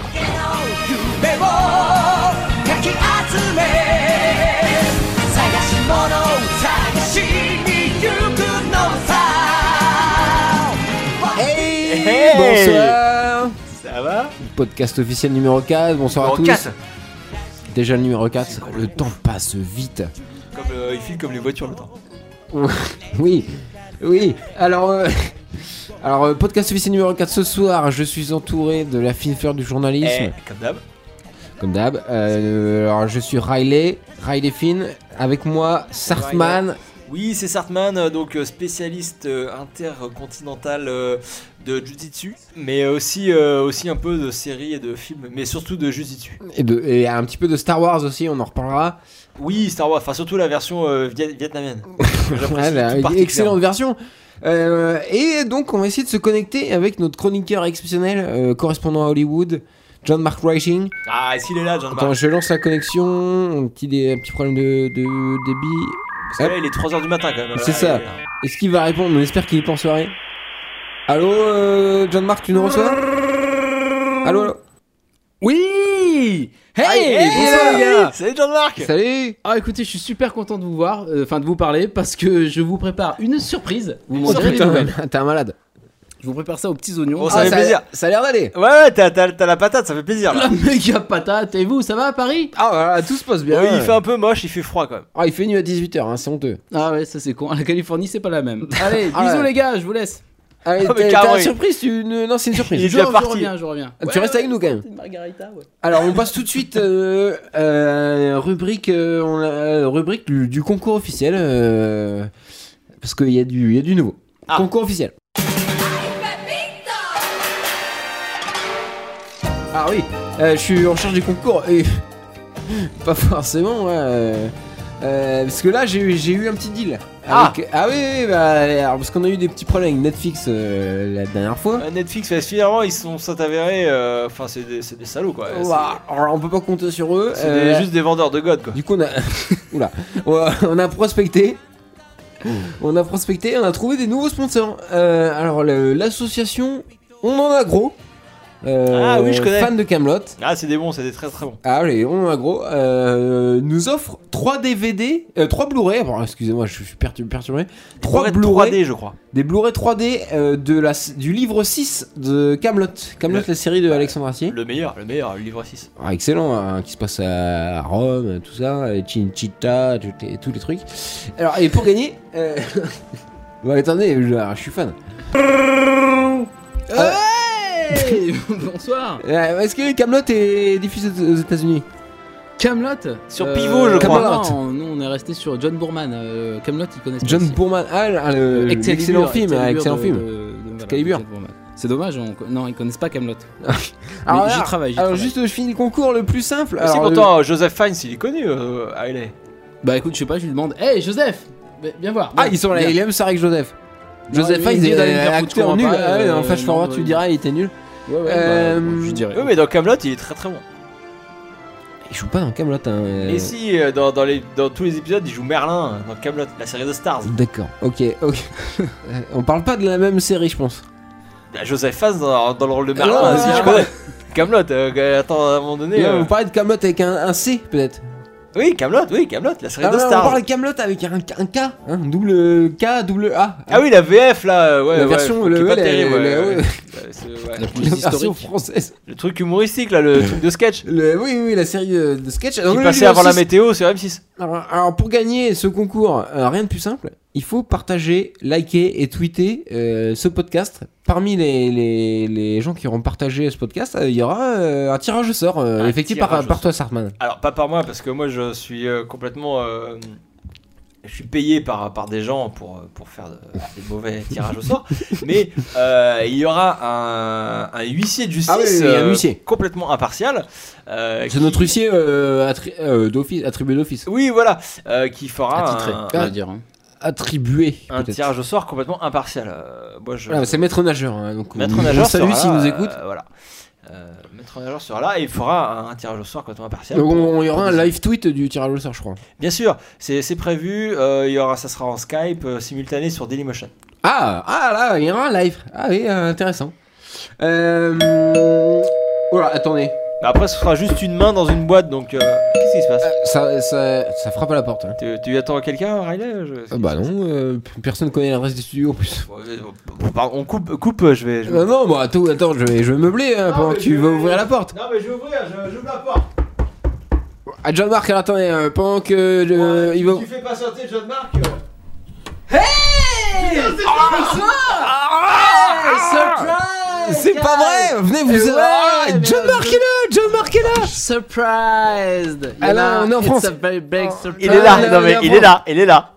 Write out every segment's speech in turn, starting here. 夢をかき集め探し物を探しに行くのさ Hey, Hey Bonsoir Ça va Podcast officiel numéro 4, bonsoir Numéro à tous. 4. Déjà le numéro 4, le temps passe vite. Comme, euh, Il file comme les voitures le temps. Oui, oui, alors... euh, Alors, euh, podcast officiel numéro 4 ce soir, je suis entouré de la fine fleur du journalisme, Eh, comme d'hab. Eh. comme d'hab. Euh, alors, je suis Riley, Riley Finn, avec moi, Sartman, Oui, c'est Sartman, euh, donc euh, spécialiste euh, intercontinental euh, de Jujitsu, mais aussi, euh, aussi un peu de séries et de films, mais surtout de Jujitsu. et, de, et un petit peu de Star Wars aussi, on en reparlera. Oui, Star Wars, enfin surtout la version euh, viet- vietnamienne. Ouais, J'apprécie bah, tout particulièrement. excellente version. Euh, et donc, on va essayer de se connecter avec notre chroniqueur exceptionnel, euh, correspondant à Hollywood, John Mark Reiching. Ah, est-ce qu'il est là, John Attends, Mark je lance la connexion. Un petit, dé- un petit problème de, de débit. Parce que là, il est 3h du matin quand même. C'est Ah, ça. il est là. Est-ce qu'il va répondre On espère qu'il est pas en soirée. Allô, euh, John Mark, tu nous reçois Allô, allô Oui Hey, Hey, Bonsoir hey les gars Salut John Mark Salut Ah écoutez, je suis super content de vous voir, euh, enfin de vous parler, parce que je vous prépare une surprise. Vous m'en direz des nouvelles. T'es un malade. Je vous prépare ça aux petits oignons. Oh, ça Ah, fait plaisir. Ça a l'air d'aller. Ouais, ouais, t'as, t'as- t'as la patate, ça fait plaisir là. la méga patate Et vous, ça va à Paris Ah, voilà, tout se passe bien. Oui, il fait un peu moche, il fait froid quand même. Ah, il fait nuit à 18h, hein, c'est honteux. Ah ouais, ça c'est con. La Californie, c'est pas la même. Allez, Ah bisous ouais. les gars, je vous laisse. Allez, Ah, mais t'as- carrément, t'as la il- surprise tu... ne- Non, c'est une surprise. Il est je, déjà je parti. reviens, je reviens. Tu restes avec nous, quand même. Une margarita, ouais. Alors on passe tout de suite euh, euh, rubrique euh, on a- rubrique du, du concours officiel euh, parce qu'il y a du il y a du nouveau Ah. concours officiel. Ah oui, euh, je suis en charge du concours et pas forcément ouais, euh, euh, parce que là j'ai eu- j'ai eu un petit deal. Ah. avec- ah oui, oui, bah, alors, parce qu'on a eu des petits problèmes avec Netflix euh, la dernière fois. Euh, Netflix, parce que finalement, ils sont, sont avérés. euh, Enfin, c'est, des, c'est des salauds quoi. C'est- Ouah, alors, on peut pas compter sur eux. C'est euh, des- juste des vendeurs de God quoi. Du coup, on a, oula, on a- on a prospecté. On a prospecté, on a trouvé des nouveaux sponsors. Euh, alors le- l'association, on en a gros. Euh, Ah oui, je connais. Fan de Camelot. Ah, c'est des bons, c'est des très très bons. Ah oui, on en a gros. Euh, nous offre 3 DVD, euh, 3 Blu-ray. Bon, excusez-moi, je suis pertu- perturbé. 3 Blu-ray Blu-ray, 3D, je crois. des Blu-ray 3D euh, de la, du livre 6 de Camelot. Camelot, Le- la série de Alexandre Astier. Le meilleur, le meilleur, le livre 6. Ah, excellent, hein, qui se passe à Rome, tout ça, et Chinchita, tout les- tous les trucs. Alors, et pour gagner. Euh... bah, attendez, je, alors, je suis fan. Hey Bonsoir Euh, Est-ce que Camelot est diffusé aux aux États-Unis Camelot Euh, Sur Pivot, je crois. Non, nous on est resté sur John Boorman. Euh, Camelot, ils connaissent pas John aussi. Boorman, ah, le- ah, le- Excellent Euh, l'excellent film, ah, excellent film. Excalibur. C'est dommage, on- non, ils connaissent pas Camelot. Alors, j'y alors, travaille, j'y alors, travaille. juste, je finis le concours le plus simple. C'est alors, le- pourtant euh, Joseph Fiennes, il est connu euh, à LA. Bah écoute, je sais pas, je lui demande Hey Joseph Bah, Viens voir Ah, ils sont là, Viens. il aime ça avec Joseph. Non, Joseph, il ah, me il dit d'aller me est faire foutre, je acteur comprends nul. pas, Ah ouais, euh, en flash non, forward, ouais, tu ouais. diras, il était nul. Ouais, ouais, bah, Euh, bon, je dirais. Oui, mais dans Camelot, il est très très bon. Il joue pas dans Camelot. hein. Et si, euh, dans, dans, les, dans tous les épisodes, il joue Merlin euh, dans Camelot, la série de Stars. D'accord, ok, ok. Euh, On parle pas de la même série, je pense. Bah, Joseph Fiennes dans, dans le rôle de Merlin, Ah, si ouais, je ouais. connais. Camelot, attends, à un moment donné. Et euh, vous parlez de Camelot avec un, un C peut-être. Oui, Camelot, oui, Camelot, la série Ah de non, on Stars. parle de Camelot avec un, un K, hein, un double K, double A. Ah oui, la VF là, euh, ouais, La ouais, version, qui le- est pas la- terrible, ouais, la- ouais. ouais. Euh, c'est- ouais. La plus la version historique. française. Le truc humoristique là, le truc de sketch. Le- oui, oui, la série euh, de sketch. Qui passait avant la météo sur M6. Alors, alors, pour gagner ce concours, euh, rien de plus simple. Il faut partager, liker et tweeter euh, ce podcast. Parmi les, les, les gens qui auront partagé ce podcast, euh, il y aura euh, un tirage au sort euh, Un effectué par, tirage au par toi, Sartman. Alors, pas par moi, parce que moi je suis euh, complètement. euh, je suis payé par, par des gens pour, euh, pour faire de- des mauvais tirages au sort. Mais euh, il y aura un, un huissier de justice Ah oui, euh, oui, oui, un huissier. complètement impartial. euh, C'est qui- notre huissier euh, attri- euh, d'office, attribué d'office. Oui, voilà, euh, qui fera Attitré, un, on Ah. va dire. hein. Attribué. un peut-être. tirage au sort complètement impartial. Euh, moi, je, Voilà, c'est maître nageur. hein, donc Maître on- on nageur salue sera s'il là, nous euh, écoute. voilà. Euh, Maître Nageur sera là et il fera un, un tirage au sort quand on va partir. Donc, on- on- il y aura un live tweet du tirage au sort, je crois. Bien sûr, c'est c'est prévu. euh, il y aura, ça sera en Skype euh, simultané sur Dailymotion. Ah, ah là, il y aura un live. Ah oui, euh, intéressant. Euh... Oh là, attendez. Mais Bah, après, ce sera juste une main dans une boîte, donc euh, qu'est-ce qui se passe Ça, ça, ça frappe à la porte. hein. tu, tu attends quelqu'un, Riley Je- Ah bah non, euh, personne connaît l'adresse des studios en plus. Bon, euh, bon, bah, on coupe, coupe. Je Bah vais. je vais- Non, non, bon, attends, attends, je vais, je vais meubler hein, pendant que tu vas ouvrir la porte. Non mais je vais ouvrir, je, j'ouvre la porte. Ah, John Mark, alors, attendez, euh, pendant que euh, il va. fais pas sortir John Mark. Ah, Ah, C'est pas vrai Venez vous. Eh ouais, Ah, mais John Mark est là John Mark est là Surprised Ah là, on est en France. It's a very big surprise. Il est là, non mais Ah, il est là, il est là.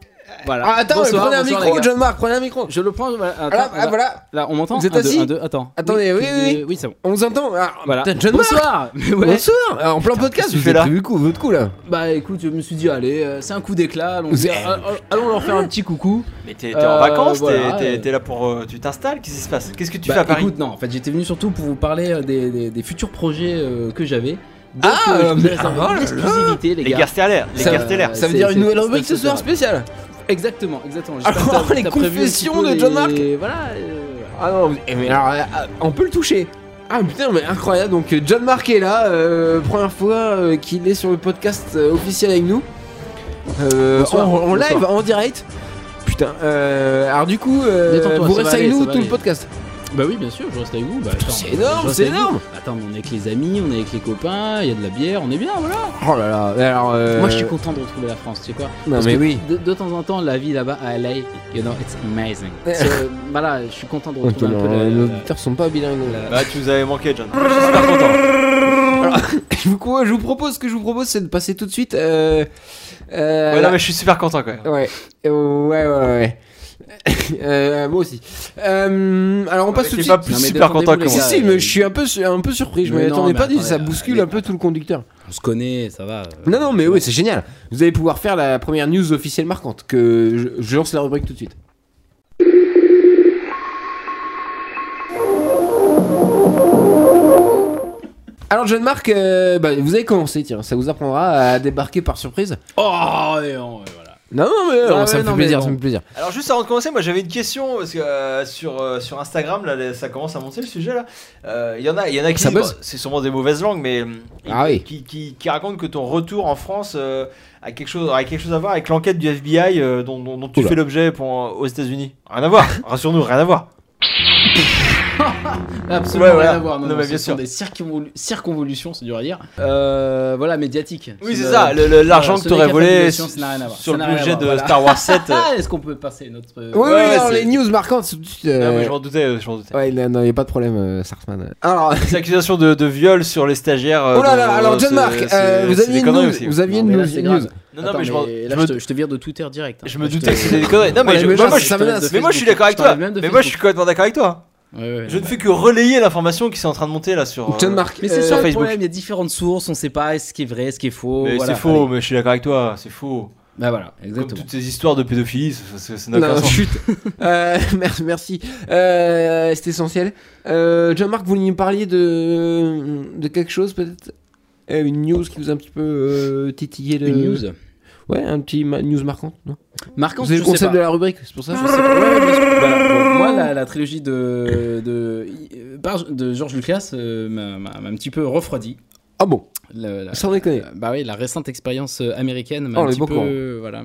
Voilà. Ah, attends, Bonsoir, prenez un bonsoir, micro, les gars. John Mark, prenez un micro. Je le prends. voilà, Ah, attends, là, ah, voilà. voilà, Là, on m'entend Vous êtes un, deux, assis un, deux, attends. Attendez, oui, euh, oui, oui. c'est bon. on s'entend. Ah, Voilà. putain, John Mark Bonsoir Mais ouais. Bonsoir Ah, En plein podcast, que tu vous fais êtes là vu coup, votre coup là Bah écoute, je me suis dit, allez, euh, c'est un coup d'éclat, allons, Vous euh, êtes- euh, allons leur faire un petit coucou. Mais t'es, t'es en Euh, vacances, t'es- voilà, t'es, euh. t'es là pour, euh, tu t'installes, qu'est-ce qui se passe Qu'est-ce que tu Bah, fais à Paris écoute, non, en fait, j'étais venu surtout pour vous parler euh, des, des- des futurs projets euh, que j'avais. Donc, Ah, euh, je vous mais- laisse avec ah, oh là l'exclusivité, les Les gars. guerres stellaires, les Ça- guerres stellaires. Euh, Ça veut c'est- dire une c'est- nouvelle c'est- rubrique ce c'est- soir c'est- spéciale Exactement, exactement. Alors, J'espère que t'as- les t'as prévu un petit confessions peu de John les- Mark. Voilà. euh, Ah non, mais- eh, mais alors, euh, ah, on peut le toucher. Ah putain, mais incroyable. Donc euh, John Mark est là, euh, première fois euh, qu'il est sur le podcast euh, officiel avec nous. Euh, Bonsoir, en, en bonsoir. live, en direct. Putain, euh, alors du coup, euh, Détends-toi, vous ça va restez avec aller, nous ça va tout le aller. podcast. Bah oui, bien sûr, je reste avec vous. Bah, attends, c'est je énorme, reste c'est avec vous. énorme. Attends, mais on est avec les amis, on est avec les copains, il y a de la bière, on est bien, voilà. Oh là là, mais alors. euh, Moi, je suis content de retrouver la France, tu sais quoi. Non, Parce mais que oui. De, de temps en temps, la vie là-bas à LA, you know, it's amazing. So, voilà, je suis content de Ok, retrouver un non, peu la- nos la- auditeurs sont pas bilingues. la- Bah tu nous avais manqué, John. Je suis super content. Je vous, je vous propose, ce que je vous propose, c'est de passer tout de suite. Euh, euh, Ouais, la- non mais je suis super content quand même. Ouais, Euh, ouais, ouais, ouais. Euh, moi aussi. Euh, alors on passe tout de T'es suite. pas plus Non, mais super content détendez-vous, que moi. les Si, gars. euh, si, mais je suis un peu, su- un peu surpris. Je Mais m'y non, attendez mais pas. du- attendez, ça bouscule allez, un peu tout le conducteur. On se connaît, ça va. Euh, Non, non, mais oui, c'est génial. Vous allez pouvoir faire la première news officielle marquante. Que je, je lance la rubrique tout de suite. Alors, jeune Marc, euh, bah, vous avez commencé, tiens, ça vous apprendra à débarquer par surprise. Oh, et on- et voilà. Non, non, mais euh, Ah ça ouais, me fait non, mais plaisir, bon. ça me fait plaisir. Alors juste avant de commencer, moi j'avais une question parce que euh, sur euh, sur Instagram là, les- ça commence à monter le sujet là. Euh, Il y en a, il y en a qui Ça disent, buzz. bon, c'est sûrement des mauvaises langues, mais hum, Ah oui. qui, qui qui racontent que ton retour en France euh, a quelque chose a quelque chose à voir avec l'enquête du FBI euh, dont, dont- dont tu Oula. fais l'objet pour- euh, aux États-Unis. Rien à voir. Rassure-nous, rien à voir. Absolument Ouais, rien voilà. à voir. Non, Non, non, mais ce bien sont sûr. des circonvolu- circonvolutions, c'est dur à dire. Euh, voilà, médiatique. Oui, Ce c'est ne- ça. le- le- Euh, L'argent voilà, que ce t'aurais n'est volé qu'affabulation, sur ça n'a rien à voir. sur Ça le n'a rien à budget voir, de voilà. Star Wars 7. euh, Ah, est-ce qu'on peut passer notre. Oui, oui, ouais, alors, c'est- les news marquantes, c'est tout de suite. non, Ah, mais euh, je m'en doutais, je m'en doutais. Ouais, non, il n'y a pas de problème, euh, Sartman. Alors, Ces accusations de, de viol sur les stagiaires. euh, oh là là, dont, alors euh, John c'est- Mark, c'est- euh, vous c'est aviez des une conneries news, aussi. vous aviez Non, une mais là, news- c'est news. grave. Non, non, Attends, mais je m'en- là, je je me te, je te vire de Twitter direct. hein. Je me te- doutais que c'était des conneries. Non, mais, Ouais, je, mais moi, genre, moi, c'est je, ça menace. mais moi, je suis d'accord avec toi. t'enlève même de Mais moi, je suis Facebook. complètement d'accord avec toi. Ouais, ouais, Je ne ouais. fais que relayer l'information qui est en train de monter là sur. euh, John Mark, Mais c'est euh, ça le Facebook. problème, il y a différentes sources, on sait pas ce qui est vrai, ce qui est faux. Mais voilà, c'est faux, allez. mais je suis d'accord avec toi, c'est faux. Bah voilà, Comme exactement. toutes ces histoires de pédophilie, ça- ça ça n'a aucun Non, sens. chut. Euh, mer- merci. Euh, c'est essentiel. Euh, John Marc, vous vouliez me parliez de, de quelque chose peut-être Euh, Une news qui vous a un petit peu euh, titillé le... Une news. Ouais, un petit ma- news marquante. Non Marquant, vous avez je le sais concept pas. de la rubrique, c'est pour ça. Je sais pas. Ouais, bien sûr. Voilà, bon, moi, la, la trilogie de, de, par- de George Lucas euh, m'a m'a- m'a un petit peu refroidi. Ah bon, La- la- sans déconner. bah oui, la récente expérience euh, américaine m'a Oh, un les petit beaux peu, hein. courants. euh, voilà,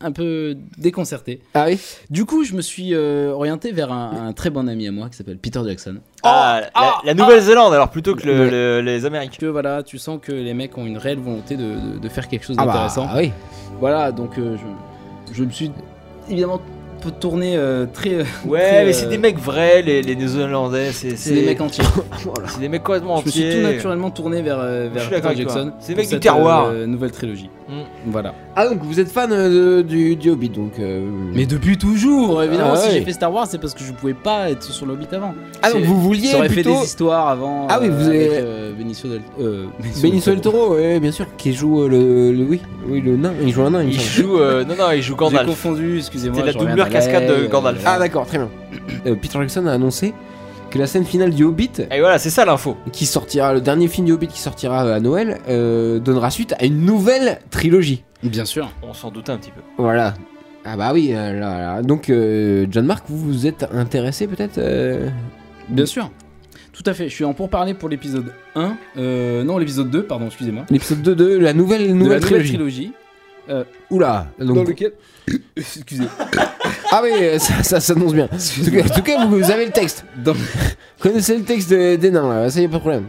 un peu déconcerté. Ah oui Du coup, je me suis euh, orienté vers un, un très bon ami à moi qui s'appelle Peter Jackson. Ah, la- la Nouvelle-Zélande alors plutôt que le- Ouais. le- les Amériques. Que voilà, tu sens que les mecs ont une réelle volonté de, de- de faire quelque chose Ah bah, d'intéressant. ah oui. Voilà, donc euh, je, je me suis évidemment peu tourné euh, très. Ouais, mais c'est euh, des mecs vrais, les, les Néo-Zélandais. C'est C'est des mecs entiers. C'est des mecs complètement Je me suis tout entiers. naturellement tourné vers, euh, suis vers d'accord Peter avec toi. Jackson. C'est des pour mecs du cette, terroir. euh, nouvelle trilogie. Mm. Voilà. Ah donc vous êtes fan euh, de- du, du Hobbit donc. euh, Mais depuis toujours, évidemment, Ah si ouais. j'ai fait Star Wars, c'est parce que je pouvais pas être sur le Hobbit avant. ah donc c'est- vous vouliez Ça aurait plutôt. fait des histoires avant. Ah oui, vous avez. avez- Benicio del. Euh, Benicio del Toro, ouais, bien sûr, qui joue euh, le, le oui, oui le nain, il joue un nain. Il me Il semble. joue. euh, non, non, il joue J'ai Gandalf. confondu, excusez-moi. C'était la je reviens doubleur d'Alain, cascade de euh, Gandalf. Ah d'accord, très bien. Euh, Peter Jackson a annoncé que la scène finale du Hobbit, Et voilà, c'est ça l'info. qui sortira, le dernier film du Hobbit qui sortira euh, à Noël, euh, donnera suite à une nouvelle trilogie. Bien sûr. On s'en doutait un petit peu. Voilà. Ah bah oui, euh, là, là. donc euh, John Mark, vous vous êtes intéressé peut-être euh, Bien sûr. Tout à fait. Je suis en pourparler pour l'épisode 1. Euh, non, l'épisode 2, pardon, excusez-moi. L'épisode 2 de la nouvelle, nouvelle, de la trilogie. nouvelle trilogie. Oula donc- lequel. Excusez. Ah oui, euh, ça, ça s'annonce bien. En tout cas, en tout cas, vous, vous avez le texte. Dans- Connaissez le texte de- des nains, là, ça y est, pas de problème.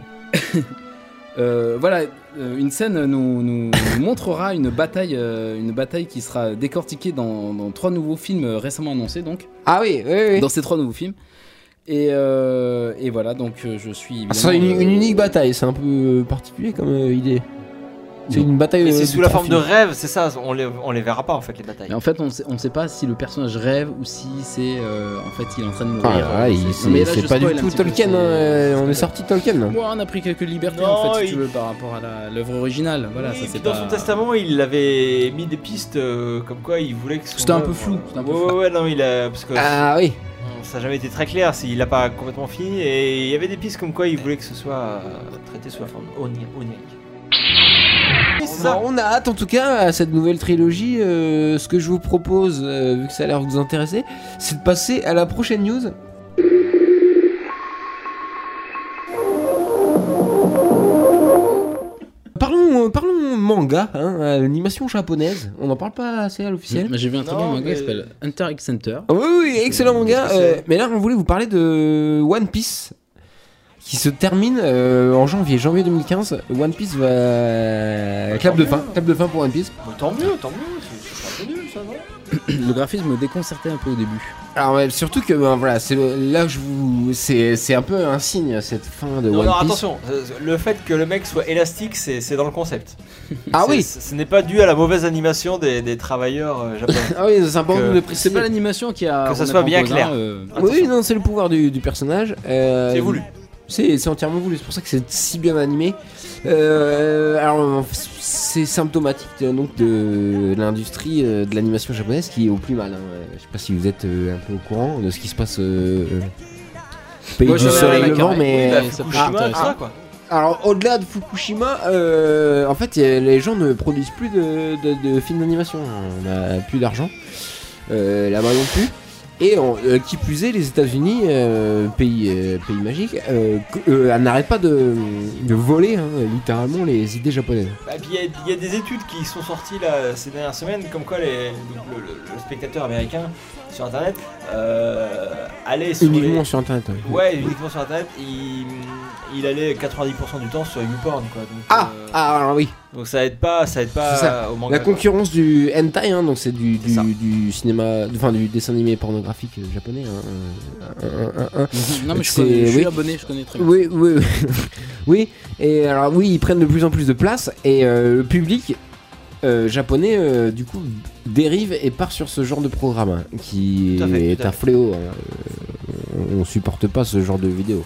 Euh, voilà, euh, une scène nous, nous- nous montrera une bataille, euh, une bataille qui sera décortiquée dans, dans trois nouveaux films euh, récemment annoncés, donc Ah oui, oui, oui. dans ces trois nouveaux films. Et, euh, et voilà, donc euh, je suis. Ah, c'est évidemment, une, une euh, unique bataille, c'est un peu particulier comme euh, idée. C'est Non. une bataille. Mais euh, c'est sous la trois forme de films. rêve, c'est ça, on les, on les verra pas en fait les batailles. Mais en fait, on sait, on sait pas si le personnage rêve ou si c'est euh, en fait il est en train de mourir. Ah, là, il- Non, c'est mais là, c'est je pas du spoil un tout petit peu, Tolkien, c'est- hein, euh, on est c'est- sorti de Tolkien. là. Ouais, on a pris quelques libertés Non, en fait, si il- tu veux, par rapport à la- l'œuvre originale. Voilà, Oui, ça puis c'est dans pas- son testament, il avait mis des pistes euh, comme quoi il voulait que son C'était un peu œuvre- flou, c'était un peu ouais, flou. ouais, ouais, non, il a parce que Ah oui, on- ça n'a jamais été très clair, c'est- il n'a pas complètement fini et il y avait des pistes comme quoi il voulait que ce soit euh, traité sous la forme onirique. C'est ça. bah, on a hâte en tout cas à cette nouvelle trilogie. euh, ce que je vous propose, euh, vu que ça a l'air de vous intéresser, c'est de passer à la prochaine news. Parlons, euh, parlons manga, hein, euh, animation japonaise. On n'en parle pas assez à l'officiel. J'ai vu un très Non, bon manga mais- qui s'appelle Hunter x Hunter. Ah Oui, oui, excellent manga. Qu'est-ce que c'est euh, mais là, on voulait vous parler de One Piece qui se termine euh, en janvier, janvier 2015. One Piece va. Clap de fin, clap de fin pour One Piece. Bah, tant mieux, tant mieux, c'est c'est un peu nul ça, non Le graphisme me déconcertait un peu au début. Alors, ouais, surtout que ben, voilà, c'est là je vous. C'est c'est un peu un signe cette fin de Non, One non, Piece. attention, euh, le fait que le mec soit élastique, c'est c'est dans le concept. Ah C'est- oui, Ce ce n'est pas dû à la mauvaise animation des, des travailleurs euh, japonais. ah oui, c'est important Que- de C'est préciser. pas l'animation qui a. Que ça qu'on a soit pas bien en pause, clair. hein, euh, Oui, non, c'est le pouvoir du, du personnage. euh, C'est voulu. C'est c'est entièrement voulu, c'est pour ça que c'est si bien animé. Euh, alors, c'est symptomatique euh, donc de l'industrie euh, de l'animation japonaise qui est au plus mal. hein. Euh, Je sais pas si vous êtes euh, un peu au courant de ce qui se passe. euh, euh, au Pays Moi, du je- soleil la levant, Corée. mais Oui, euh, la- ça peut Fukushima, être tout intéressant. ça, quoi. alors au-delà de Fukushima, euh, en fait, y a- les gens ne produisent plus de, de- de films d'animation. On n'a plus d'argent, euh, là-bas non plus. Et on- euh, qui plus est, les États-Unis, euh, pays, euh, pays magique, euh, co- euh, n'arrêtent pas de, de voler hein, littéralement les idées japonaises. Bah, puis il y a- il y, a des études qui sont sorties là ces dernières semaines, comme quoi les, donc, le, le- le spectateur américain sur internet euh, allait sur les- Uniquement sur Internet. ouais. ouais uniquement sur internet, il, il allait 90% du temps sur YouPorn quoi. Donc, Ah, euh, ah, alors oui. donc ça aide pas, ça aide pas C'est ça. au manga. La quoi. concurrence du hentai, hein, donc c'est du, C'est ça. du, du cinéma, enfin du dessin animé pornographique euh, japonais. hein, euh, un- un- Ah. un- un. non, mais je, C'est- connais- je suis oui. abonné, je connais très bien. Oui, oui, oui. oui. Et alors oui, ils prennent de plus en plus de place et euh, le public euh, japonais euh, du coup dérive et part sur ce genre de programme hein, qui Tout à fait, est tout à un fait. fléau. hein. Euh, on supporte pas ce genre de vidéo.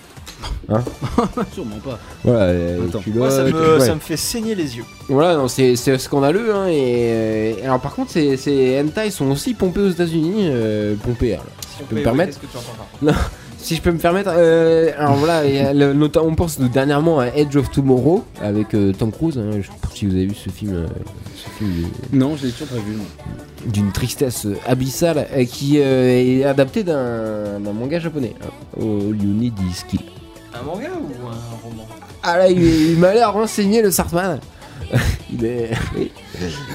Sûrement pas. Voilà, euh, Attends. culottes, Moi ça me, ouais. ça me fait saigner les yeux. Voilà, non, c'est c'est scandaleux. Hein, et euh, alors par contre, ces, ces hentai sont aussi pompés aux États-Unis, euh, pompés. alors. Si on peux me permettre Qu'est-ce que tu entends par contre Si je peux me permettre, euh, alors voilà, il y a le- nota- on pense dernièrement à Edge of Tomorrow avec euh, Tom Cruise. hein, je sais pas si vous avez vu ce film, euh, ce film Non, je l'ai toujours pas vu. non. d'une tristesse abyssale euh, qui euh, est adapté d'un d'un manga japonais. hein, All You Need Is Skill. Un manga ou un roman Ah là, il, est- il m'a l'air renseigné le Sartman. il est. oui.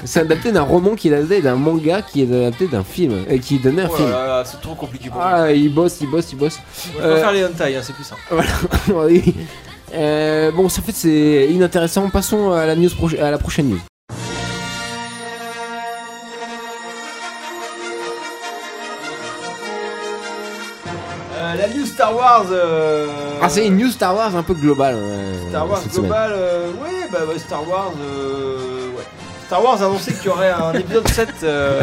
C'est adapté d'un roman qui est adapté d'un manga qui est adapté d'un film. euh, qui est donné un Oh film. là là, c'est trop compliqué pour moi. Ah, euh, il bosse, il bosse, il bosse. Moi, je préfère les hentai, hein, c'est plus simple. Oui. Euh, bon, ça fait c'est inintéressant. Passons à la news proche- à la prochaine news. Euh, la news Star Wars. euh, Ah, c'est une news Star Wars un peu globale. euh, Star Wars cette semaine. global, euh, ouais, bah, bah, Star Wars, euh, ouais. Star Wars a annoncé qu'il y aurait un épisode 7 euh,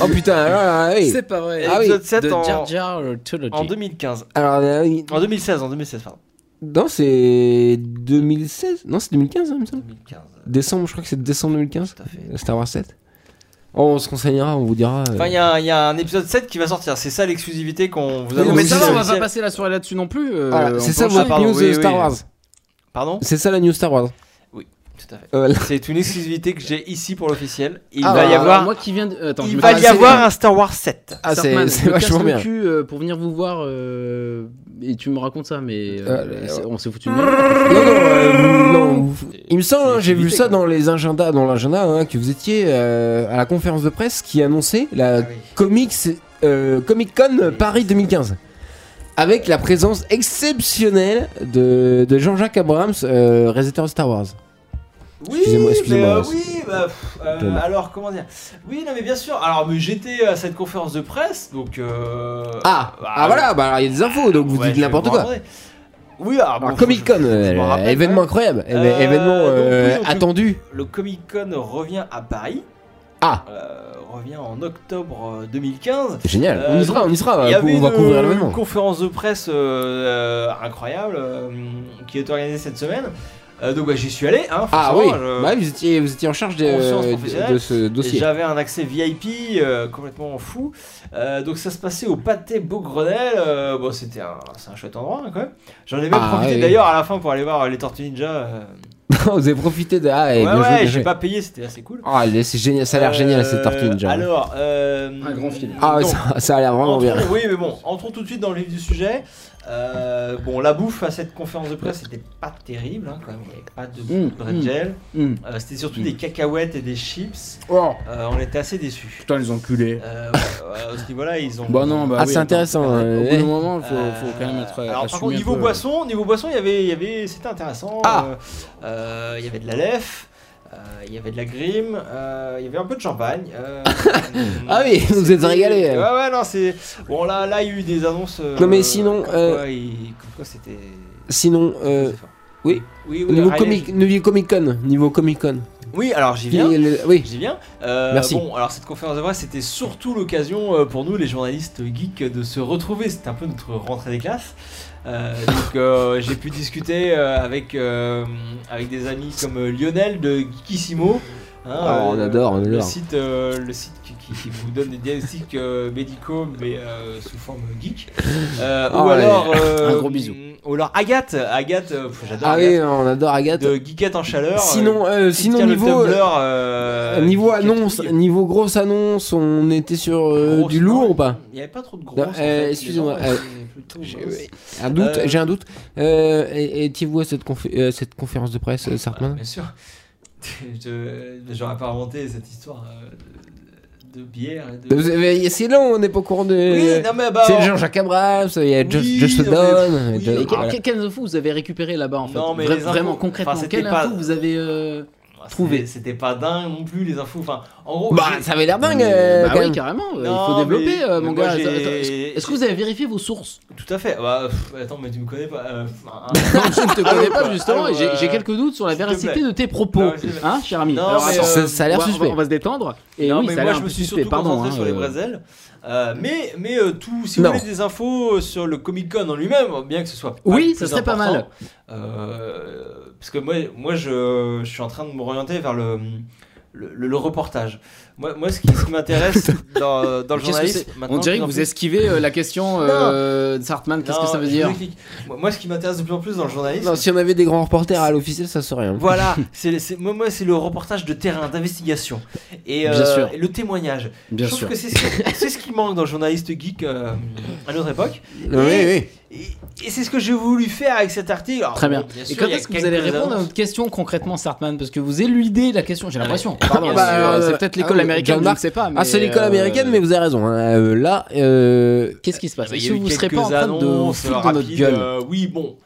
Oh putain, alors, là, oui. C'est pas vrai. Ah oui, épisode 7 de en, Jar Jar euh, Trilogy. en 2015, Alors, là, oui. en 2016, en 2016, pardon. non, c'est Mm. 2016. Non, c'est 2015, hein, il me semble. 2015, euh, Décembre, je crois que c'est décembre 2015. tout à fait. Star Wars 7. Oh, on se conseillera, on vous dira. euh, Enfin, il y, a- il y a un épisode 7 qui va sortir. C'est ça l'exclusivité qu'on vous Oui, annonce. Ah, mais ça va, on va officielle. pas passer la soirée là-dessus non plus. euh, voilà, on c'est peut ça enchaîner. votre pardon, news oui, euh, Star oui, Wars. Pardon C'est ça la news Star Wars. Tout à fait. Euh, là- C'est une exclusivité que j'ai ici pour l'officiel. Il Ah, va y alors, avoir, Moi qui viens de... Attends, je il me va casse- y avoir un Star Wars 7. Ah, c'est- Sartman, c'est je me vachement casse bien. Le cul, euh, pour venir vous voir euh, et tu me racontes ça, mais euh, Euh, c'est- on s'est foutu de Hmm. merde. Non, non, euh, non, vous- Il me semble, hein, j'ai vu Exclusivité, ça quoi. dans les agendas, dans l'agenda, hein, que vous étiez euh, à la conférence de presse qui annonçait la Ah oui. Comics euh, Comic Con Paris 2015, avec la présence exceptionnelle de, de Jean-Jacques Abrams, euh, réalisateur de Star Wars. Oui, Excusez-moi, excusez-moi, mais, euh, c'est- oui, bah, pff, euh, Dommage. alors comment dire Oui, non, mais bien sûr. Alors, mais j'étais à cette conférence de presse, donc. euh, Ah, bah, ah voilà, bah alors, il y a des infos, donc vous ouais, dites je vais n'importe vous quoi. raconter. Oui, alors, bon, Alors, je- Comic Con, euh, je- je me rappelle, événement ouais. incroyable, éve- Euh, événement donc, euh, oui, donc, attendu. Le Comic Con revient à Paris. Ah. Euh, revient en octobre euh, 2015. Génial, on euh, y sera, on y sera, Il y euh, pour- avait on va une, couvrir l'événement. une conférence de presse euh, euh, incroyable euh, qui est organisée cette semaine. Euh, donc bah, j'y suis allé. Hein, Ah oui, forcément, je- bah, vous, étiez, vous étiez en charge des, Conscience euh, professionnelle. de ce Et dossier. J'avais un accès VIP euh, complètement fou. Euh, donc ça se passait au pâté Beau-Grenelle. Euh, bon, c'était un, c'est un chouette endroit hein, quand même. J'en ai même Ah, profité oui. d'ailleurs à la fin pour aller voir euh, les Tortues Ninja. euh. vous avez profité de. Ah, et ouais, bien joué, ouais, bien j'ai joué. pas payé, c'était assez cool. Ah, les- c'est génial, ça a l'air génial cette tortue Euh, ninja. Alors, euh, Un grand film. ah, ouais, donc, ça, ça a l'air vraiment entrons- bien. oui, mais bon, entrons tout de suite dans le vif du sujet. Euh, bon, la bouffe à cette conférence de presse, c'était pas terrible hein, quand même. Il n'y avait pas de Mmh, Mm, bretzel. Hum. Euh, c'était surtout Mm. des cacahuètes et des chips. Ah, Oh, Euh, on était assez déçus. putain, les enculés. Euh, ouais, ouais, à ce niveau-là, ils ont. Bah non, bah ah, oui, c'est attends. intéressant. euh, Au bout eh. d'un moment, il faut, Euh, faut quand même être. Alors, par assumer contre, un niveau peu. boisson, niveau boisson, il y avait, il y avait, c'était intéressant. Ah. Euh, euh, il y avait de la lef, euh, il y avait de la grime, euh, il y avait un peu de champagne. euh, Ah oui, vous vous êtes c'était- régalés. Ouais, ouais, non, c'est bon. Là, là, il y a eu des annonces. euh, Non, mais sinon, comme euh, quoi, il- comme quoi c'était. Sinon, euh, c'était fort. oui. oui, oui, niveau, Riley, comic, niveau Comic Con, niveau Comic Con. Oui, alors j'y Qui- viens. le- oui, J'y viens. Euh, Merci. Bon, alors cette conférence de presse, c'était surtout l'occasion euh, pour nous, les journalistes geeks, de se retrouver. C'était un peu notre rentrée des classes. Euh, donc euh, j'ai pu discuter euh, avec, euh, avec des amis comme euh, Lionel de Geekissimo. hein, Ah, on adore, on Le adore. site, euh, le site qui, qui- qui vous donne des diagnostics euh, médicaux, mais euh, sous forme geek. Euh, Ah, ou ouais. alors. euh, Un gros bisou. Ou alors Agathe. Agathe, euh, pff, j'adore Ah Agathe. oui, on adore Agathe. De Geekette en chaleur. euh, Sinon, euh, qui sinon tient le niveau, Tumblr, euh, euh, niveau qui- qui annonce, est- niveau grosse annonce, on était sur euh, Grosse, du lourd non, ou pas Il n'y avait pas trop de gros. Non, euh, excusez-moi, euh, J'ai- Un doute, Euh, j'ai un doute. Euh, et- Étiez-vous à cette, confé- euh, cette conférence de presse, euh, Sartman bien sûr. Je- euh, J'aurais pas inventé cette histoire euh, de, de bière. et De... Vous avez- C'est là on n'est pas au courant de. Oui, non mais euh, bah. c'est Jean-Jacques Abrams, il y a Just, Oui, Just non, mais- Dawn, oui, John- Et que- voilà. que- quelles infos vous avez récupérées là-bas en fait Non, mais Vra- les infos- Vraiment concrètement, enfin, c'était quelles pas- infos vous avez euh, c'était- trouvé. Bah, C'était pas dingue non plus les infos. Enfin, en gros. Bah, j'ai- ça avait l'air dingue, mais- euh, bah quand oui, même. carrément. euh, Non, il faut développer, mais- euh, mais mon moi, gars. j'ai- Attends, attends, Est-ce est-ce que vous avez vérifié vos sources Tout à fait. Bah, pff, attends, mais tu me connais pas. euh, hein. Je ne te connais pas justement. Alors, et j'ai- euh, J'ai quelques doutes sur la s'il te véracité plaît. de tes propos, Non, s'il te plaît. hein, cher ami. Non, Alors, mais, attends, Ça- ça a l'air on va- suspect. On va, on va se détendre. Et non, oui, mais ça moi a l'air je un me peu suis suspect. surtout Pardon. concentré hein, sur les euh, Brésil. Euh, mais mais euh, tout, si Non. vous voulez des infos euh, sur le Comic Con en lui-même, bien que ce soit. pas Oui, le ça plus serait pas important, mal. euh, parce que moi, moi je, je suis en train de m'orienter vers le, le, le- le reportage. Moi, moi ce qui, ce qui m'intéresse dans, dans le Qu'est-ce que journalisme. c'est maintenant, On dirait de que plus vous en plus- esquivez euh, la question euh, de Sartman. Qu'est-ce que Non, ça veut je dire vous explique. Moi, moi, ce qui m'intéresse de plus en plus dans le journalisme, Non, si on avait des grands reporters à l'officiel, ça serait rien. Voilà, c'est c'est- moi, moi, c'est le reportage de terrain, d'investigation et, euh, Bien sûr. et le témoignage. Bien Je trouve sûr. que c'est ce, qui- c'est ce qui manque dans le journaliste geek euh, à notre époque. Oui, oui. Et, et c'est ce que j'ai voulu faire avec cet article. Alors, Très bien. bon, Et sûr, quand il y a est-ce que vous allez quelques répondre à annonces. notre question concrètement, Sartman Parce que vous éludez la question, j'ai l'impression. Ah Pardon, c'est- bah, euh, euh, c'est peut-être l'école ah, américaine, John je ne Mark. sais pas. Ah, c'est mais, l'école euh, américaine, mais vous avez raison. hein. Euh, là, euh, Qu'est-ce qui se passe Bah, il y Est-ce que a eu vous serez quelques pas en train de vous annonces foutre dans notre rapides. gueule euh, oui, bon,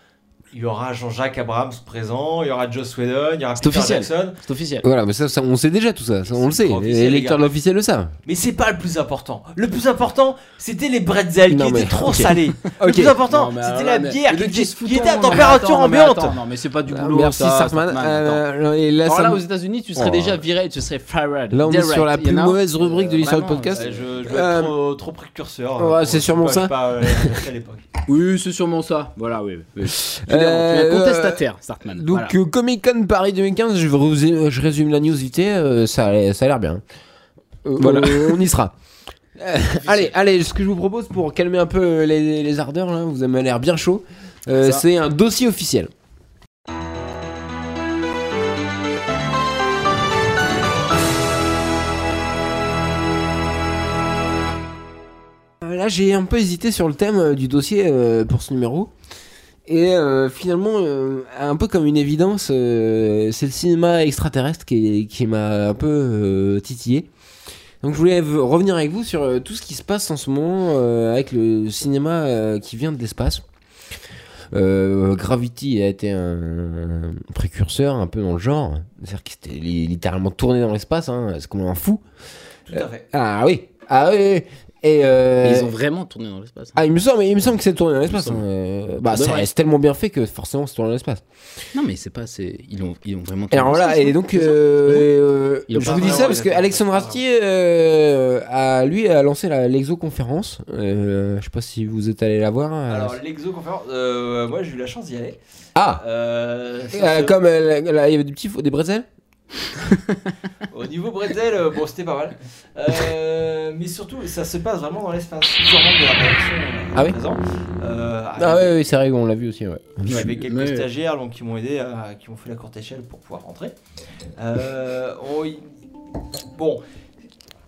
il y aura Jean-Jacques Abrams présent, il y aura Joss Whedon, il y aura C'est Peter officiel. Jackson. C'est officiel. voilà, mais ça, ça, on sait déjà tout ça. ça, on le C'est sait. pas officiel, Les les lecteurs gars. de l'officiel le savent. Mais c'est pas le plus important. Le plus important, c'était les bretzels Non, qui mais- étaient trop ok. salés. Le Ok. plus important, Non, mais alors c'était la là, mais- bière mais de qui, qui était- se qui fout-on était à Non, mais température attends, non, mais ambiante. attends, Non, mais c'est pas du Ah, boulot. Merci, ça, Sartman. attends. Euh, et là, Alors ça là, me- aux États-Unis, tu serais Oh. déjà viré, tu serais fired. Là, on est direct, sur la you plus know mauvaise rubrique de l'histoire du Vraiment, podcast. Ouais, je, je vais Euh, être trop, trop précurseur. ouais, euh, c'est je sûrement sais ça. pas, je sais pas, euh, à l'époque. Oui, c'est sûrement ça. Voilà, oui. oui. Tu es Euh, un contestataire, Sartman. Donc euh, Voilà. euh, Comic Con Paris 2015, je, vous- je résume la news vite, euh, ça, a- ça a l'air bien. euh, Voilà. euh, on y sera. Euh, allez, allez, ce que je vous propose pour calmer un peu euh, les, les ardeurs, là, vous avez l'air bien chaud, euh, Ça. c'est un dossier officiel. Euh, Là, j'ai un peu hésité sur le thème euh, du dossier euh, pour ce numéro. Et euh, finalement, euh, un peu comme une évidence, euh, c'est le cinéma extraterrestre qui, qui m'a un peu euh, titillé. Donc je voulais v- revenir avec vous sur euh, tout ce qui se passe en ce moment euh, avec le cinéma euh, qui vient de l'espace. Euh, Gravity a été un, un précurseur un peu dans le genre. C'est-à-dire qu'il était li- littéralement tourné dans l'espace, hein, c'est comme un fou. Tout à fait. Ah oui, ah oui, oui. Et euh, Ils ont vraiment tourné dans l'espace. hein. ah, il me semble, il me semble que c'est tourné dans l'espace. Il me semble. Ah, hein. Euh, bah, Ça c'est devrait. c'est tellement bien fait que forcément c'est tourné dans l'espace. Non, mais c'est pas. c'est- Ils ont, ils ont vraiment Et tourné alors dans voilà, l'espace, et hein. donc euh, euh, Ils ont je pas vous dis vraiment ça parce que raison. Alexandre Astier euh, a lui a lancé la- l'exoconférence. Euh, je sais pas si vous êtes allé la voir. hein. Alors, l'exoconférence, euh, moi j'ai eu la chance d'y aller. ah, Euh, euh, ça, comme euh, la- la- il y avait des petits faux- des bretzels. Au niveau bretzel, euh, bon, c'était pas mal. Euh, mais surtout, ça se passe vraiment dans l'espace. Plusieurs membres de la production euh, Ah oui présents. Euh, Ah ouais, ouais, c'est vrai, on l'a vu aussi. Ouais. Il y avait quelques mais- stagiaires donc, qui m'ont aidé, à- qui m'ont fait la courte échelle pour pouvoir rentrer. Euh, on y- Bon,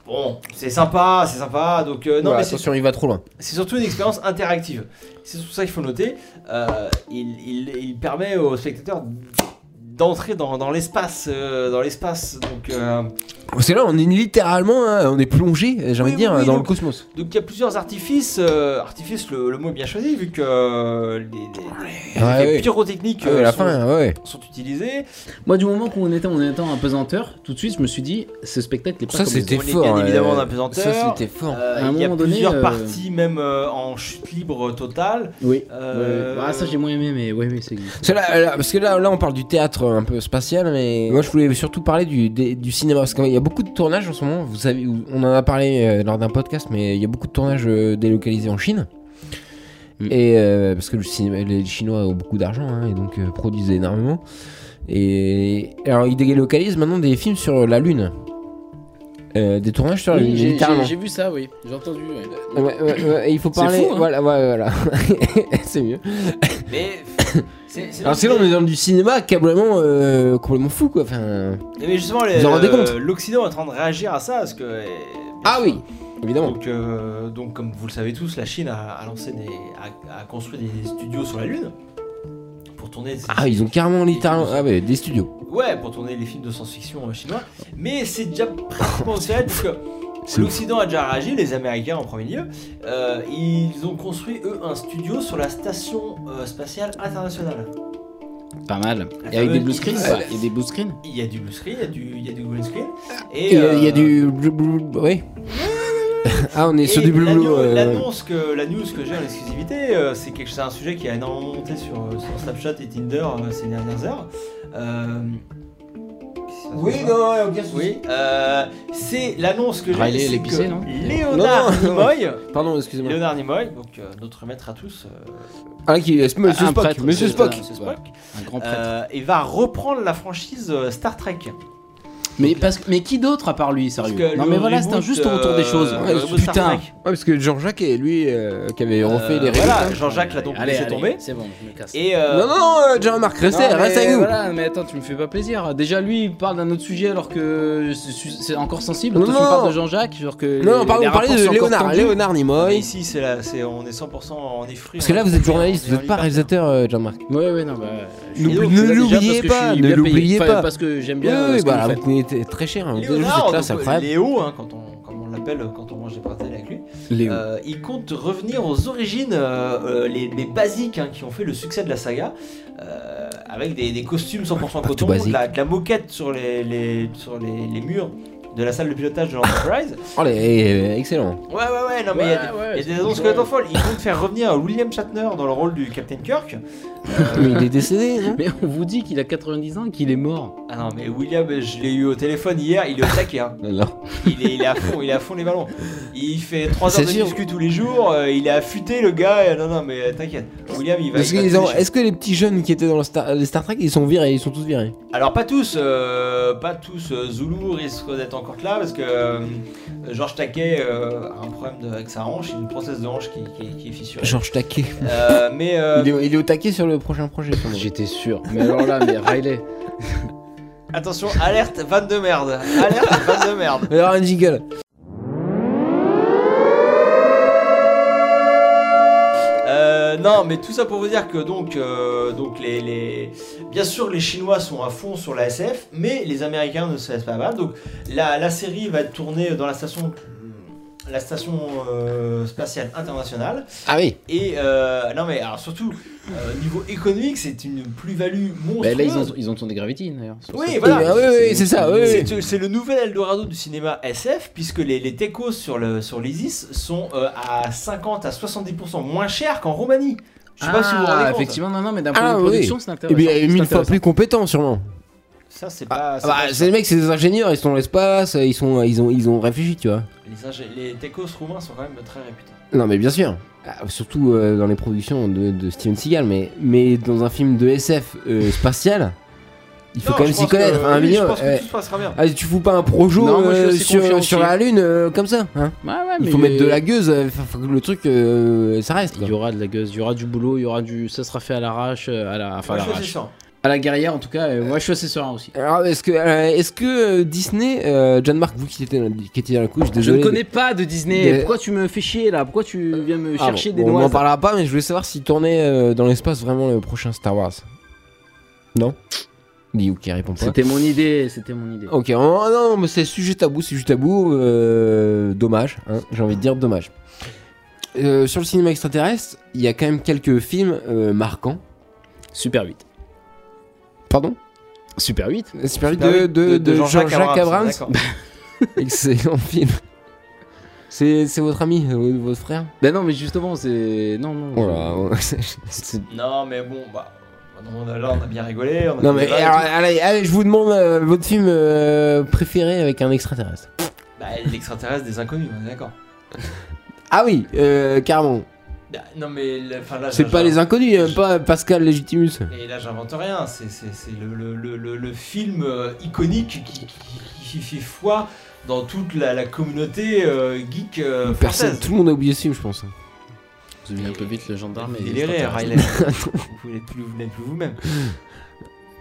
bon c'est sympa, c'est sympa. Donc, euh, non, Voilà, mais c'est- attention, il va trop loin. c'est surtout une expérience interactive. C'est tout ça qu'il faut noter. Euh, il, il- il permet aux spectateurs d'entrer dans, dans l'espace. euh, dans l'espace. Donc, euh, Parce que là, on est littéralement, hein, on est plongé, j'ai envie Oui, de dire, oui, oui, dans donc- le cosmos. donc il y a plusieurs artifices. euh, artifices, le, le mot est bien choisi, vu que euh, les, les- les Ouais, effets oui. pyrotechniques Ah ouais, euh, la sont, fin, ouais. sont utilisés. Moi, du moment qu'on était en étant apesanteur, tout de suite, je me suis dit, ce spectacle est pas Ça, comme c'était on est bien fort. ouais. évidemment dans la pesanteur. Ça, c'était fort. Euh, À un il y a moment donné, plusieurs euh, parties, même euh, en chute libre totale. les autres. Oui. Euh, Ouais. Ah, ça, j'ai moins aimé, mais ouais, mais c'est. Parce que là, là- parce que là, là, on parle du théâtre un peu spatial, mais moi je voulais surtout parler du, des- du cinéma. Parce qu'il y a beaucoup de tournages en ce moment. Vous savez, on en a parlé euh, lors d'un podcast, mais il y a beaucoup de tournages euh, délocalisés en Chine. Mm. Et euh, parce que le cinéma- les Chinois ont beaucoup d'argent hein, et donc euh, produisent énormément. Et alors ils délocalisent maintenant des films sur la Lune. Euh, des tournages sur la Oui, Lune, j'ai- littéralement. j'ai j'ai vu ça, oui. J'ai entendu. ouais. Ouais, ouais, ouais, et il faut C'est parler. fou, hein. Voilà, ouais, voilà. c'est mieux. Mais c'est c'est- Alors sinon on est dans du cinéma complètement, euh, complètement fou quoi. Enfin, Mais justement, les- Vous en rendez euh, compte l'Occident est en train de réagir à ça, parce que. euh, Ah oui, évidemment. Donc, euh, donc, comme vous le savez tous, la Chine a, a lancé des, a, a construit des studios sur la Lune pour tourner. ses- Ah, ils ont carrément littéralement. Ah, ouais, des studios. Ouais, pour tourner les films de science-fiction euh, chinois. Mais c'est déjà pratiquement aussi réel, parce que C'est L'Occident a déjà réagi, les Américains en premier lieu. Euh, ils ont construit eux un studio sur la station euh, spatiale internationale. Pas mal. La Et avec des fameuse blue screens, Iris. quoi. Il y a des blue screens. Il y a du blue screen, il y a du, il y a du green screen. Il Et y a- il y a euh, du. blou- blou- blou- Oui. Ah, on est et sur du bleu l'annou- bleu. L'annonce que la news que j'ai en exclusivité, euh, c'est quelque c'est un sujet qui a énormément monté sur, euh, sur Snapchat et Tinder euh, ces dernières heures. Euh, qu'est-ce qui se passe comme ça non, aucun Oui, euh, c'est l'annonce que j'ai. Riley, c'est l'épicé, que non Léonard Non, non, non. Nimoy, Pardon, excusez-moi. Léonard Nimoy, donc euh, notre maître à tous, euh, Ah, qui est Monsieur Un Spock. prêtre, Monsieur c'est- Spock. voilà. Monsieur Spock, Un grand prêtre. euh, et va reprendre la franchise euh, Star Trek. Mais, parce, mais qui d'autre à part lui, Parce sérieux que Non, le mais voilà, c'est un reboot, juste au retour des choses. euh, Ouais, le reboot Star putain. Trek. Ouais, parce que Jean-Jacques et lui euh, qui avait refait Euh, les rêves. Voilà, Jean-Jacques l'a donc Allez, laissé allez, tomber. C'est bon, je me casse. Et euh, Non, non, non, euh, Jean-Marc, restez, Non, restez mais avec nous. Voilà, mais attends, tu me fais pas plaisir. Déjà, lui, il parle d'un autre sujet alors que c'est c'est encore sensible. Non, Toi, tu non. me parles de Jean-Jacques, genre que. Non, les- non, pardon, les on parlait rapports de sont encore Léonard, tendus. Léonard mais Nimoy. ici, c'est la- c'est- on est 100% en effruit. Parce que là, vous êtes journaliste, vous n'êtes n'êtes pas réalisateur, euh, Jean-Marc. Ouais, ouais, non, bah. je suis Ne- désolé, ne déjà, parce l'oubliez que je pas, suis ne bien payé. l'oubliez Enfin, pas. Parce que j'aime Oui, bien. euh, oui, ce que bah, vous alors, faites. vous connaissez très cher. hein. Déjà, vous Léonard, êtes là, donc, c'est euh, incroyable. Léo, hein, quand on, comme on l'appelle, euh, quand on mange des bretelles avec lui, euh, il compte revenir aux origines, euh, euh, les, les basiques hein, qui ont fait le succès de la saga, euh, avec des, des costumes 100% tout coton, de basique. la, de la moquette sur les, les- sur les, les murs de la salle de pilotage de l'Enterprise. Oh, les- excellent. Ouais, ouais, ouais, non, mais il y a des- Ouais, ouais, il y a des c'est- annonces complètement folles. Ils comptent faire revenir William Shatner dans le rôle du Captain Kirk. Mais il est décédé, non Mais on vous dit qu'il a 90 ans, qu'il est mort. Ah non, mais William, je l'ai eu au téléphone hier, il est au taquet. Hein. Non. Il, est, il est à fond, il est à fond les ballons. Il fait 3 C'est heures de sûr. muscu tous les jours, euh, il est affûté le gars. euh, non, non, mais euh, t'inquiète. William, il va. Parce il va qu'ils te ont- lécher. Est-ce que les petits jeunes qui étaient dans le Star, les Star Trek, ils sont virés, ils sont tous virés Alors pas tous, euh, pas tous euh, Zulu risque d'être encore là parce que euh, Georges Taquet euh, a un problème de- avec sa hanche, une prothèse de hanche qui, qui- qui est fissurée. Georges Taquet. Euh, mais euh, Il, est, il est au taquet sur le prochain projet. sûrement. J'étais sûr. Mais alors là, mais Riley. attention, alerte van de merde, alerte van de merde. Alors un jingle. Euh, non, mais tout ça pour vous dire que donc, euh, donc les, les- bien sûr les Chinois sont à fond sur la SF, mais les Américains ne se laissent pas battre. Donc la, la série va être tournée dans la station, la station euh, spatiale internationale. Ah oui. Et euh, non mais alors surtout euh, niveau économique c'est une plus-value Bah, monstrueuse. là, ils ont, ils ont tourné Gravity d'ailleurs. sur Oui, ça. voilà. Eh ben, oui, oui, oui, c'est ça, oui, oui. C'est- C'est le nouvel Eldorado du cinéma SF puisque les, les techos sur le sur l'ISIS sont euh, à 50 à 70% moins chers qu'en Roumanie. Je sais pas si vous vous Ah, rendez compte. effectivement, non, non, mais d'un Ah, point de oui. production, c'est Et intéressant. bien, C'est mille fois intéressant. plus compétent sûrement. Ça c'est Ah, pas. c'est bah, pas- c'est les mecs, c'est des ingénieurs, ils sont dans l'espace, ils sont, ils ont, ils ont réfléchi, tu vois. les, ingé- les techos roumains sont quand même très réputés. Non, mais bien sûr. Ah, Surtout euh, dans les productions de, de Steven Seagal, mais, mais dans un film de SF euh, spatial, il faut Non, quand je même s'y pense connaître que- un oui, minimum. Je pense Euh, que tout se passera bien. ah, tu fous pas un projo Non, moi, je suis euh, aussi confiant sur, sur aussi. la lune euh, comme ça, hein Ouais, ouais, Il mais faut mettre de la gueuse, euh, faut- faut que le truc euh, ça reste. Il quoi. y aura de la gueuse, il y aura du boulot, il y aura du. Ça sera fait à l'arrache, euh, à la. Enfin, à Moi, je suis l'arrache. sûr. À la guerrière, en tout cas, euh, moi je suis assez serein aussi. Alors est-ce que euh, est-ce que euh, Disney, euh, John Mark, vous qui étiez dans, qui étiez dans la couche, Je ne désolé. connais pas de Disney. Des- Pourquoi tu me fais chier là Pourquoi tu viens me Ah, chercher bon, des bon, On noises en parlera pas, mais je voulais savoir s'il tournait euh, dans l'espace vraiment le prochain Star Wars. Non. Liu qui répond pas. C'était mon idée, c'était mon idée. Ok, oh, non, mais c'est sujet tabou, sujet tabou. euh, dommage, hein, j'ai envie de dire dommage. Euh, sur le cinéma extraterrestre, il y a quand même quelques films euh, marquants. Super 8. Pardon Super 8 Super Super de, huit Bah de, de Jean-Jacques Abrams. Bah. d'accord. Excellent film. C'est c'est votre ami, euh, votre frère Ben non, mais justement, c'est. Non, non. Oh là, c'est- oh, c'est- Non mais bon bah on a- là on a bien rigolé. on a Non fait mais des vannes et alors, tout. allez, allez, je vous demande euh, votre film euh, préféré avec un extraterrestre. Bah, l'extraterrestre des inconnus, on est d'accord. Ah oui, euh, carrément. Bah, Non, mais le- enfin, là, C'est j'in- pas les j'in- inconnus, il y a même pas Pascal Legitimus. Et là, j'invente rien. C'est c'est- c'est le, le- le- le- le film euh, iconique qui, qui- qui fait foi dans toute la, la communauté euh, geek euh, Personne, française. tout le monde a oublié ce film, je pense. Vous avez un peu vite le gendarme et. Hein, Il est rare, l'extraterrestre. Riley. Vous n'êtes plus, vous n'êtes plus vous-même.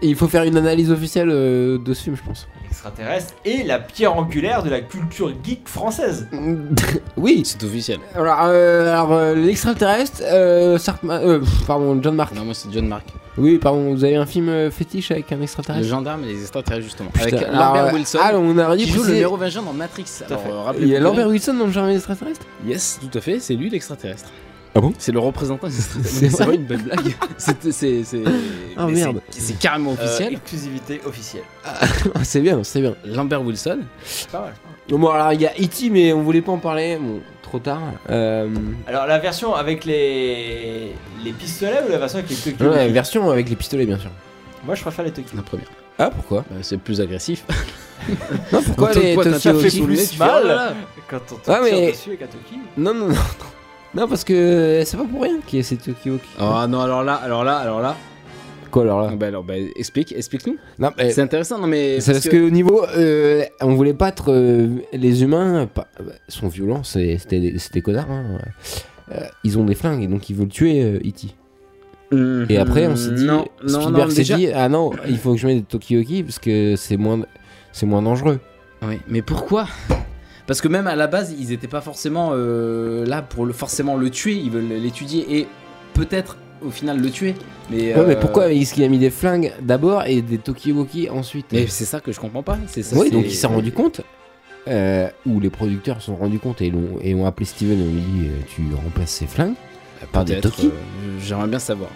Et il faut faire une analyse officielle euh, de ce film, je pense. L'extraterrestre est la pierre angulaire de la culture geek française. oui. C'est officiel. Alors, euh, alors, euh, l'extraterrestre, euh, Sartman- euh, pff, pardon, John Mark. Non, moi c'est John Mark. Oui, pardon, vous avez un film euh, fétiche avec un Le extraterrestre gendarme et les extraterrestres, justement. Putain, Avec alors, Lambert euh, Wilson. Ah, on aurait dû qui joue le préciser- numéro 21 dans Matrix. Tout à Alors, fait. euh, Il y a rappelez-vous. Lambert Wilson dans le genre extraterrestre Yes, tout à fait, c'est lui l'extraterrestre. Ah bon C'est le représentant des extraterrestres. C'est Mais C'est vrai pas une belle blague. C'est. c'est- c'est- Ah, mais merde. c'est- C'est carrément Euh, officiel. exclusivité officielle. Ah, C'est bien, c'est bien. Lambert Wilson. Pas mal. Bon, alors il y a E.T., mais on voulait pas en parler. Bon, trop tard. Euh, Alors, la version avec les, les pistolets ou la version avec les Tokyo non, la version avec les pistolets, bien sûr. Moi, je préfère les Tokyo. La première. Ah, pourquoi Euh, c'est plus agressif. Non, pourquoi Quand les toi, t'as Tokyo tapé Hockey sous le nez, plus tu fais, oh là là. Quand on te Ouais, tire mais- dessus avec un Tokyo. Non, non, non. Non, parce que c'est pas pour rien qu'il y ait ces Tokyo Hockey. Ah non, alors là, alors là, alors là. Quoi alors là Ah bah alors, bah, explique, explique-nous. Non, mais- C'est intéressant, non mais. C'est parce que, au niveau, euh, on voulait pas être euh, les humains pas- bah, sont violents, c'est- c'était des c'était des connards. hein. Euh, ils ont des flingues et donc ils veulent tuer euh, E.T. Mhm. Et après, on s'est dit, Non, non, non, Spielberg s'est déjà. dit, ah non, il faut que je mette des Tokyoki parce que c'est moins, c'est moins dangereux. Oui, mais pourquoi Parce que même à la base, ils étaient pas forcément euh, là pour le, forcément le tuer. Ils veulent l'étudier et peut-être au final le tuer. Mais, Ouais, mais euh, pourquoi est-ce qu'il a mis des flingues d'abord et des Tokiwoki ensuite Mais c'est ça que je comprends pas. C'est ça. Oui, c'est- donc il s'est rendu compte, euh, ou les producteurs se sont rendus compte et, l'ont- et ont appelé Steven et ont dit, euh, tu remplaces ces flingues par des Peut-être, Toki. euh, J'aimerais bien savoir.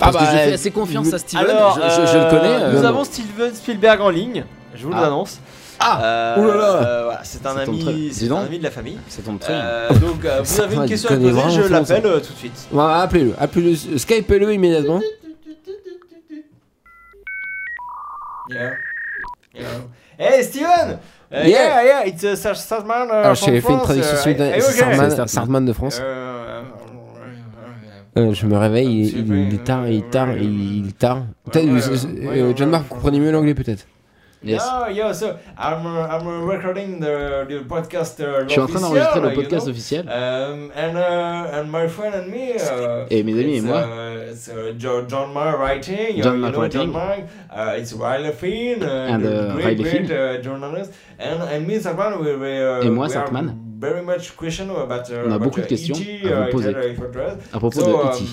Ah Parce que bah, je fais euh, assez confiance à Steven. Alors, je, je- je euh, le connais. euh, Nous non, avons Steven Spielberg en ligne. Je vous Ah. l'annonce. Ah. Ouh là là. c'est un Ça tombe ami, très bien. c'est Dis un donc. Ah, ami de la famille. Ça tombe très bien. Euh, donc, euh, vous Ça avez va, une il question à connaît poser, je vraiment son l'appelle euh, tout de suite. Bon, appelez-le, appelez-le, skypez-le immédiatement. Yeah. Yeah. Hey Steven. Uh, Yeah. yeah, yeah, it's uh, Sar- Sartman. uh, Alors, from j'avais fait une France, traduction uh, simultanée, are you c'est okay? Sartman, C'est Sartman. Sartman de France. Euh, Euh, je me réveille, il, C'est il- vrai, il est tard, il est tard, il, il est tard. Peut-être, Ah, ouais, euh, ouais, euh, ouais, ouais. Jeanne-Marc, vous comprenez mieux l'anglais peut-être. Yes. Yeah, yeah, uh, so I'm, uh, I'm uh, recording the, the podcast. uh, Je suis en train official, d'enregistrer le you podcast know. officiel. Um, and, uh, and my friend and me. Uh, Et Eh, mes amis et it's, moi. uh, it's, uh, Jo- John Marr writing. John you Marr know, writing. John Marr. Uh, it's Riley Finn. Uh, And, uh, great, Riley great, Finn. uh, journalist. And, and me, Sarkman, we, we, uh, Et moi, we Sarkman. are Very much question about, uh, On a about, beaucoup de uh, questions E.T., à vous uh, poser. et cetera, et cetera. À propos So, de E um, E.T.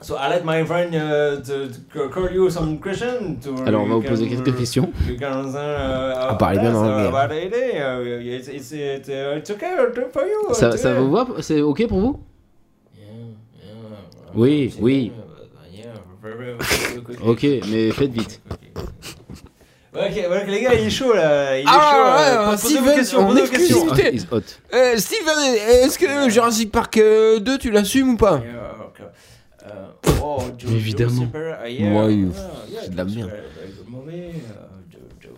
So I let my friend uh, to, to call you some question to Alors, on va you vous poser can- quelques questions. You can answer uh, Ah, parlez bien us, anglais. uh, about it, uh, it's, it's, it's, uh, it's okay for you. Ça, it's ça okay. vous va C'est ok pour vous Oui, oui. Ok, mais faites vite. Ok, donc les gars, il est chaud là. Il est Ah, chaud. ouais, euh, ouais, posez Steven, vos questions, en posez vos exclusivité. questions. Écoutez. Is hot. Euh, Steven, est-ce que Jurassic Park euh, 2, tu l'assumes ou pas Yeah, ok. Euh, oh, Joe- Évidemment. Joe Super- ah, yeah, Moi, yeah, il- yeah, c'est de la Joe merde. Super, very good movie, euh, Joe- Joe-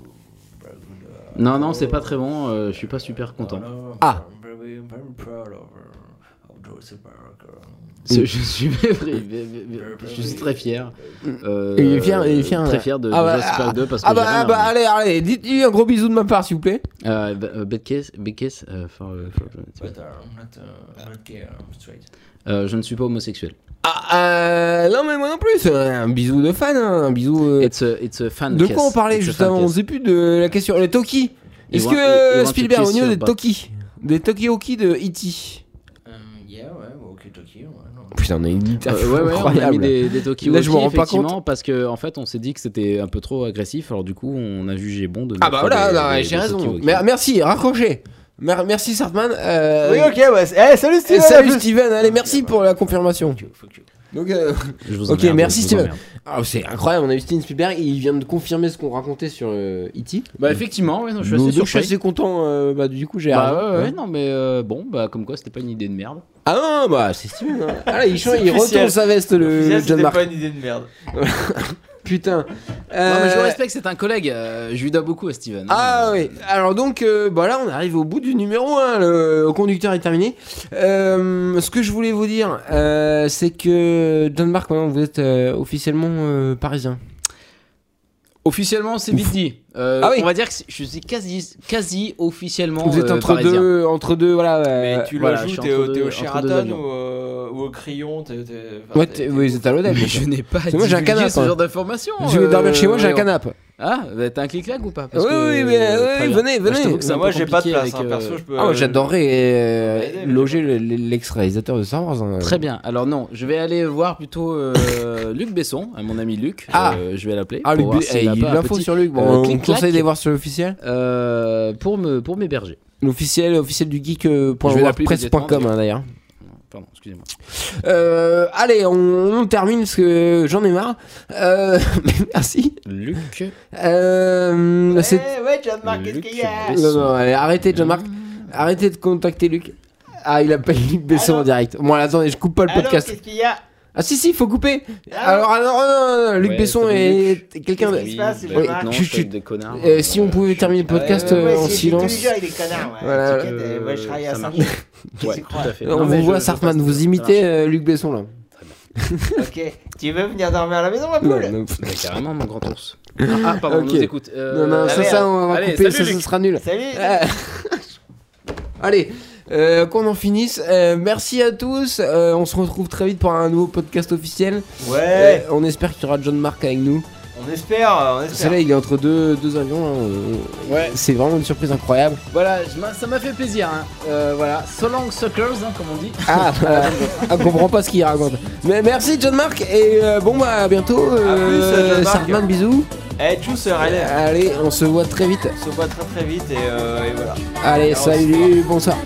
very good, euh, Non, non, c'est pas très bon. euh, je suis pas super content. no, no, Ah. I'm very, very proud of, uh, of Joe Super, euh, Je, je suis je suis très fier. Euh, Il est fier, il est fier. Très fier de Ah bah, Jurassic Park 2 parce que Ah bah, j'ai ah rien bah à- allez, allez, dites-lui un gros bisou de ma part, s'il vous plaît. Euh, bah, euh, bad case, bad case, euh, for- euh, for- but, uh, I'm not, uh, I'm not gay, I'm straight. Euh, je ne suis pas homosexuel. Ah, euh, non, mais moi non plus. Un bisou de fan, hein, un bisou. euh, It's a, it's a fan de case. quoi on parlait It's a juste fan avant On case. sait plus de la question. Les Toki. You Est-ce want- you- you que euh, want to Spielberg kiss au niveau your des butt. Toki Des Toki Oki de E E.T. Um, yeah, ouais, walkie-talkie, ouais, non. Putain, on a une Euh, ouais, ouais, on a mis des, des Tokyo Là, je m'en rends pas effectivement, parce que en fait, on s'est dit que c'était un peu trop agressif. Alors du coup, on a jugé bon de. Ah mettre bah voilà, des- non, des- j'ai des raison. Toki-woki. Mer- Merci, raccrochez. Mer- Merci Sartman. Euh, Oui, ok, bah, eh, salut Steven! Salut Steven, allez, merci pour la confirmation. Fuck you, fuck you. Donc, euh, Je vous Ok, emmerde, merci, je vous Steven. emmerde. ah, c'est incroyable, on a eu Steven Spielberg, il vient de confirmer ce qu'on racontait sur euh, E.T. Bah effectivement, ouais, non, je suis Donc, assez donc, je suis surpris. assez content, euh, bah, du coup j'ai raison. Bah ouais, ouais, non, mais euh, bon, bah comme quoi, c'était pas une idée de merde. Ah non, bah c'est Steven. hein. Ah là, il, change, C'est il officiel. retourne sa veste, le, Officiel, le John c'était Mark. pas une idée de merde. Putain. Non, mais je Euh, respecte, c'est un collègue. euh, je lui dois beaucoup à Steven. Ah oui, alors donc euh, bah là on arrive au bout du numéro 1, le conducteur est terminé. Euh, ce que je voulais vous dire, euh, c'est que Danemark, maintenant vous êtes euh, officiellement euh, parisien. Officiellement, c'est vite dit. Euh, Ah oui. On va dire que je suis quasi, quasi officiellement. Vous êtes euh, entre parisien. deux, entre deux, voilà. euh, Mais tu le voilà, je joues, suis t'es entre au, t'es au deux- entre deux Sheraton avions. ou, euh, ou au Crayon t'es, t'es- enfin, ouais, t'es- t'es- oui, vous êtes à l'hôtel. Mais bien je sûr. n'ai pas que moi, j'ai un divulgué canapé, ce hein. genre d'information. Je vais dormir chez moi, j'ai un euh, canapé. Ah, bah, t'as un clic-clac ou pas euh, Oui, oui, mais, oui, venez, venez. Bah, moi j'ai pas de place, hein, perso je peux. Ah, moi, j'adorerais euh, Ouais, mais loger le- le- l'ex-réalisateur de Star Wars. hein. Très bien. Alors non, je vais aller voir plutôt euh, Luc Besson, à mon ami Luc. Ah. Euh, je vais l'appeler. Ah, pour Luc, voir B- s'il eh, il y n'a a de pas un l'info petit- sur Luc. Bon, euh, on clic-clac. conseille d'aller voir sur l'officiel. Euh, pour me pour m'héberger. L'officiel, officiel du geek. euh, point Je vais l'appeler wordpress.com, immédiatement, hein, d'ailleurs. Pardon, excusez-moi. Euh, allez, on, on termine parce que j'en ai marre. Euh, merci. Luc. Euh, c'est- Eh, Ouais, ouais, John Mark, qu'est-ce Luc qu'il y a Besson. Non, non, allez, arrêtez, Jean-Marc. Mm. Arrêtez de contacter Luc. Ah, il appelle Luc Besson Allô en direct. Bon, alors, attendez, je coupe pas le Alors, podcast. qu'est-ce Ah. qu'il y a Ah, si, si, faut couper. Allô Alors, alors, non, non, non, Luc Ouais, Besson salut, est quelqu'un de. Qu'est-ce qui se passe, Oui, Jean-Marc bah, non, Chut, je suis chut. des connards. Euh, si on pouvait je suis terminer un le podcast, petit- euh, en c'est- silence. C'est tous les gens, il est connard, ouais. Voilà. euh, Tu sais qu'il y a des- ouais, je travaille à ça saint marche. Qu'est-ce que tu tout à crois fait. On Non, mais vous je- voit, je Sartman, passe- vous ça imitez marche. euh, Luc Besson là. Ok, tu veux venir dormir à la maison, ma poule Non, non, Mais carrément, mon grand ours. Ah, pardon, on Ok. nous écoute. non, Euh, non, ça, allez, ça, on va allez, couper, salut, ça, ça Luc. sera nul. Salut Euh, Allez, euh, qu'on en finisse. Euh, merci à tous. Euh, on se retrouve très vite pour un nouveau podcast officiel. Ouais, Euh, on espère qu'il y aura John Mark avec nous. on espère, on espère. Celui-là, il est entre deux, deux avions. là. On- Ouais. C'est vraiment une surprise incroyable. Voilà, je m'a- ça m'a fait plaisir. Hein. Euh, voilà, so long suckers, hein, comme on dit. Ah, bah, euh, on comprend pas ce qu'il raconte. Mais merci John Mark et euh, bon bah à bientôt. Euh, plus, John Mark. Sartman, bisous. Eh, tchuss, Riley. Allez, on se voit très vite. On se voit très très vite et euh, et voilà. Allez, Alors, salut, bonsoir.